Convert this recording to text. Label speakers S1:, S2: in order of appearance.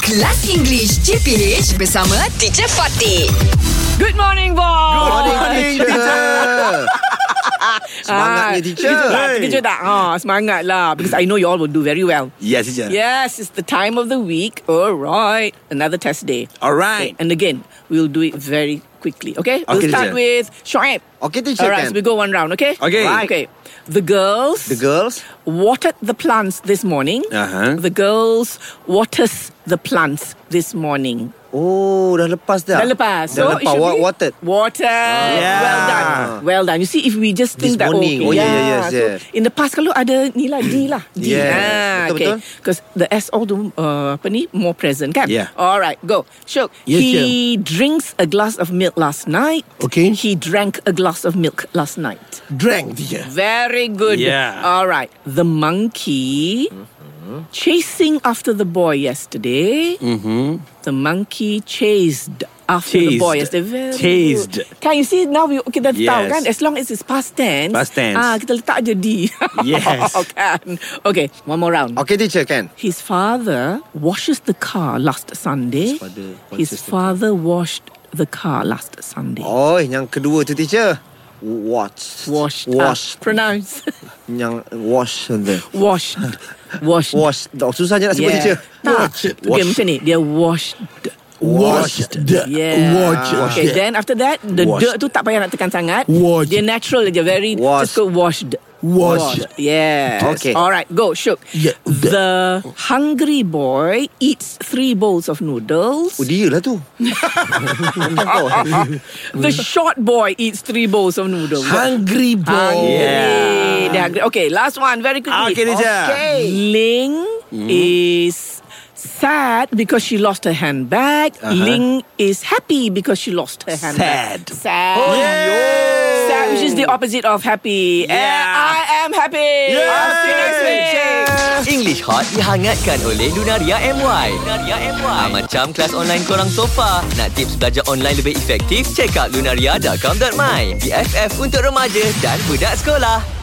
S1: Kelas English CPH bersama Teacher Fatih.
S2: Good morning, boss. Good Ah,
S3: Semangatnya, teacher.
S2: Terkejut tak?
S3: Hey.
S2: Terkejut tak? Ha, Ah, semangat lah. Because I know you all will do very well.
S3: Yes, teacher.
S2: Yes, it's the time of the week. All right. Another test day.
S3: All right.
S2: And again, we'll do it very quickly. Okay? We'll
S3: Okay,
S2: start
S3: teacher.
S2: with Shoaib.
S4: Okay, teacher
S2: All right,
S4: can.
S2: so we go one round, okay?
S3: Okay. Right.
S2: Okay. The girls
S4: The girls.
S2: watered the plants this morning.
S3: Uh-huh.
S2: The girls waters the plants this morning.
S4: Oh, dah lepas dah.
S2: Dah lepas.
S4: Dah
S2: So it
S4: lepas.
S2: should
S4: Wa-
S2: be
S4: watered.
S2: Water.
S3: Yeah.
S2: Well done. Well done. You see, if we just think
S4: This
S2: that okay,
S4: morning. Oh, yeah, yeah, yes,
S2: So
S4: yeah.
S2: in the past kalau ada ni lah D lah. D.
S4: Yes.
S2: Ah,
S4: Betul,
S2: okay.
S4: betul.
S2: Because the S all the uh, apa ni more present kan?
S3: Yeah.
S2: All right, go. Sure.
S3: Yes,
S2: he drinks a glass of milk last night.
S4: Okay.
S2: He drank a glass of milk last night.
S4: Drank dia.
S2: Very good.
S3: Yeah.
S2: All right. The monkey chasing after the boy yesterday. Mm-hmm. The monkey chased after the boy
S3: Chased.
S2: yesterday. Very
S3: Chased.
S2: Good. Can you see now we kita dah tahu
S3: Yes.
S2: kan as long as it's past tense.
S3: Past tense.
S2: Ah kita letak je D. Oh,
S3: Yes.
S2: kan. Okay, one more round.
S4: Okay, teacher can.
S2: His father washes the car last Sunday. His
S4: father washes the
S2: father washed the car last Sunday.
S4: Oh, yang kedua tu teacher. Watch.
S2: Washed. Ah,
S4: Wash.
S2: pronounce.
S4: Yang wash the.
S2: washed. Washed.
S4: Wash. Dah susah je nak sebut teacher.
S2: Tak. Okay,
S4: Wash.
S2: macam ni. Dia washed.
S4: Washed. Uh,
S2: Yeah.
S4: Washed.
S2: Okay, then after that, the dirt
S3: Washed.
S2: tu tak payah nak tekan sangat.
S4: Washed.
S2: Dia natural je. Very, just
S4: Washed.
S2: go washed.
S4: Washed.
S2: Yes.
S4: Okay.
S2: All right, go, Shook.
S4: Yeah.
S2: The hungry boy eats three bowls of noodles.
S4: Oh, dia lah tu. Bukan kau.
S2: The short boy eats three bowls of noodles.
S3: Hungry boy.
S2: Hungry.
S3: Yeah.
S2: They hungry. Okay, last one. Very quickly.
S3: Okay, Mm-hmm. teacher.
S2: Okay. Ling is sad because she lost her handbag. Ling is happy because she lost her handbag.
S3: Uh-huh. Sad. Oh,
S2: Sad. Sad, which is the opposite of happy. And
S3: Yeah.
S2: I am happy. I'll see you next week.
S5: English Hot dihangatkan oleh Lunaria MY. Lunaria MY. Ah, macam kelas online korang sofa. Nak tips belajar online lebih efektif? Check out lunaria.com.my. BFF untuk remaja dan budak sekolah.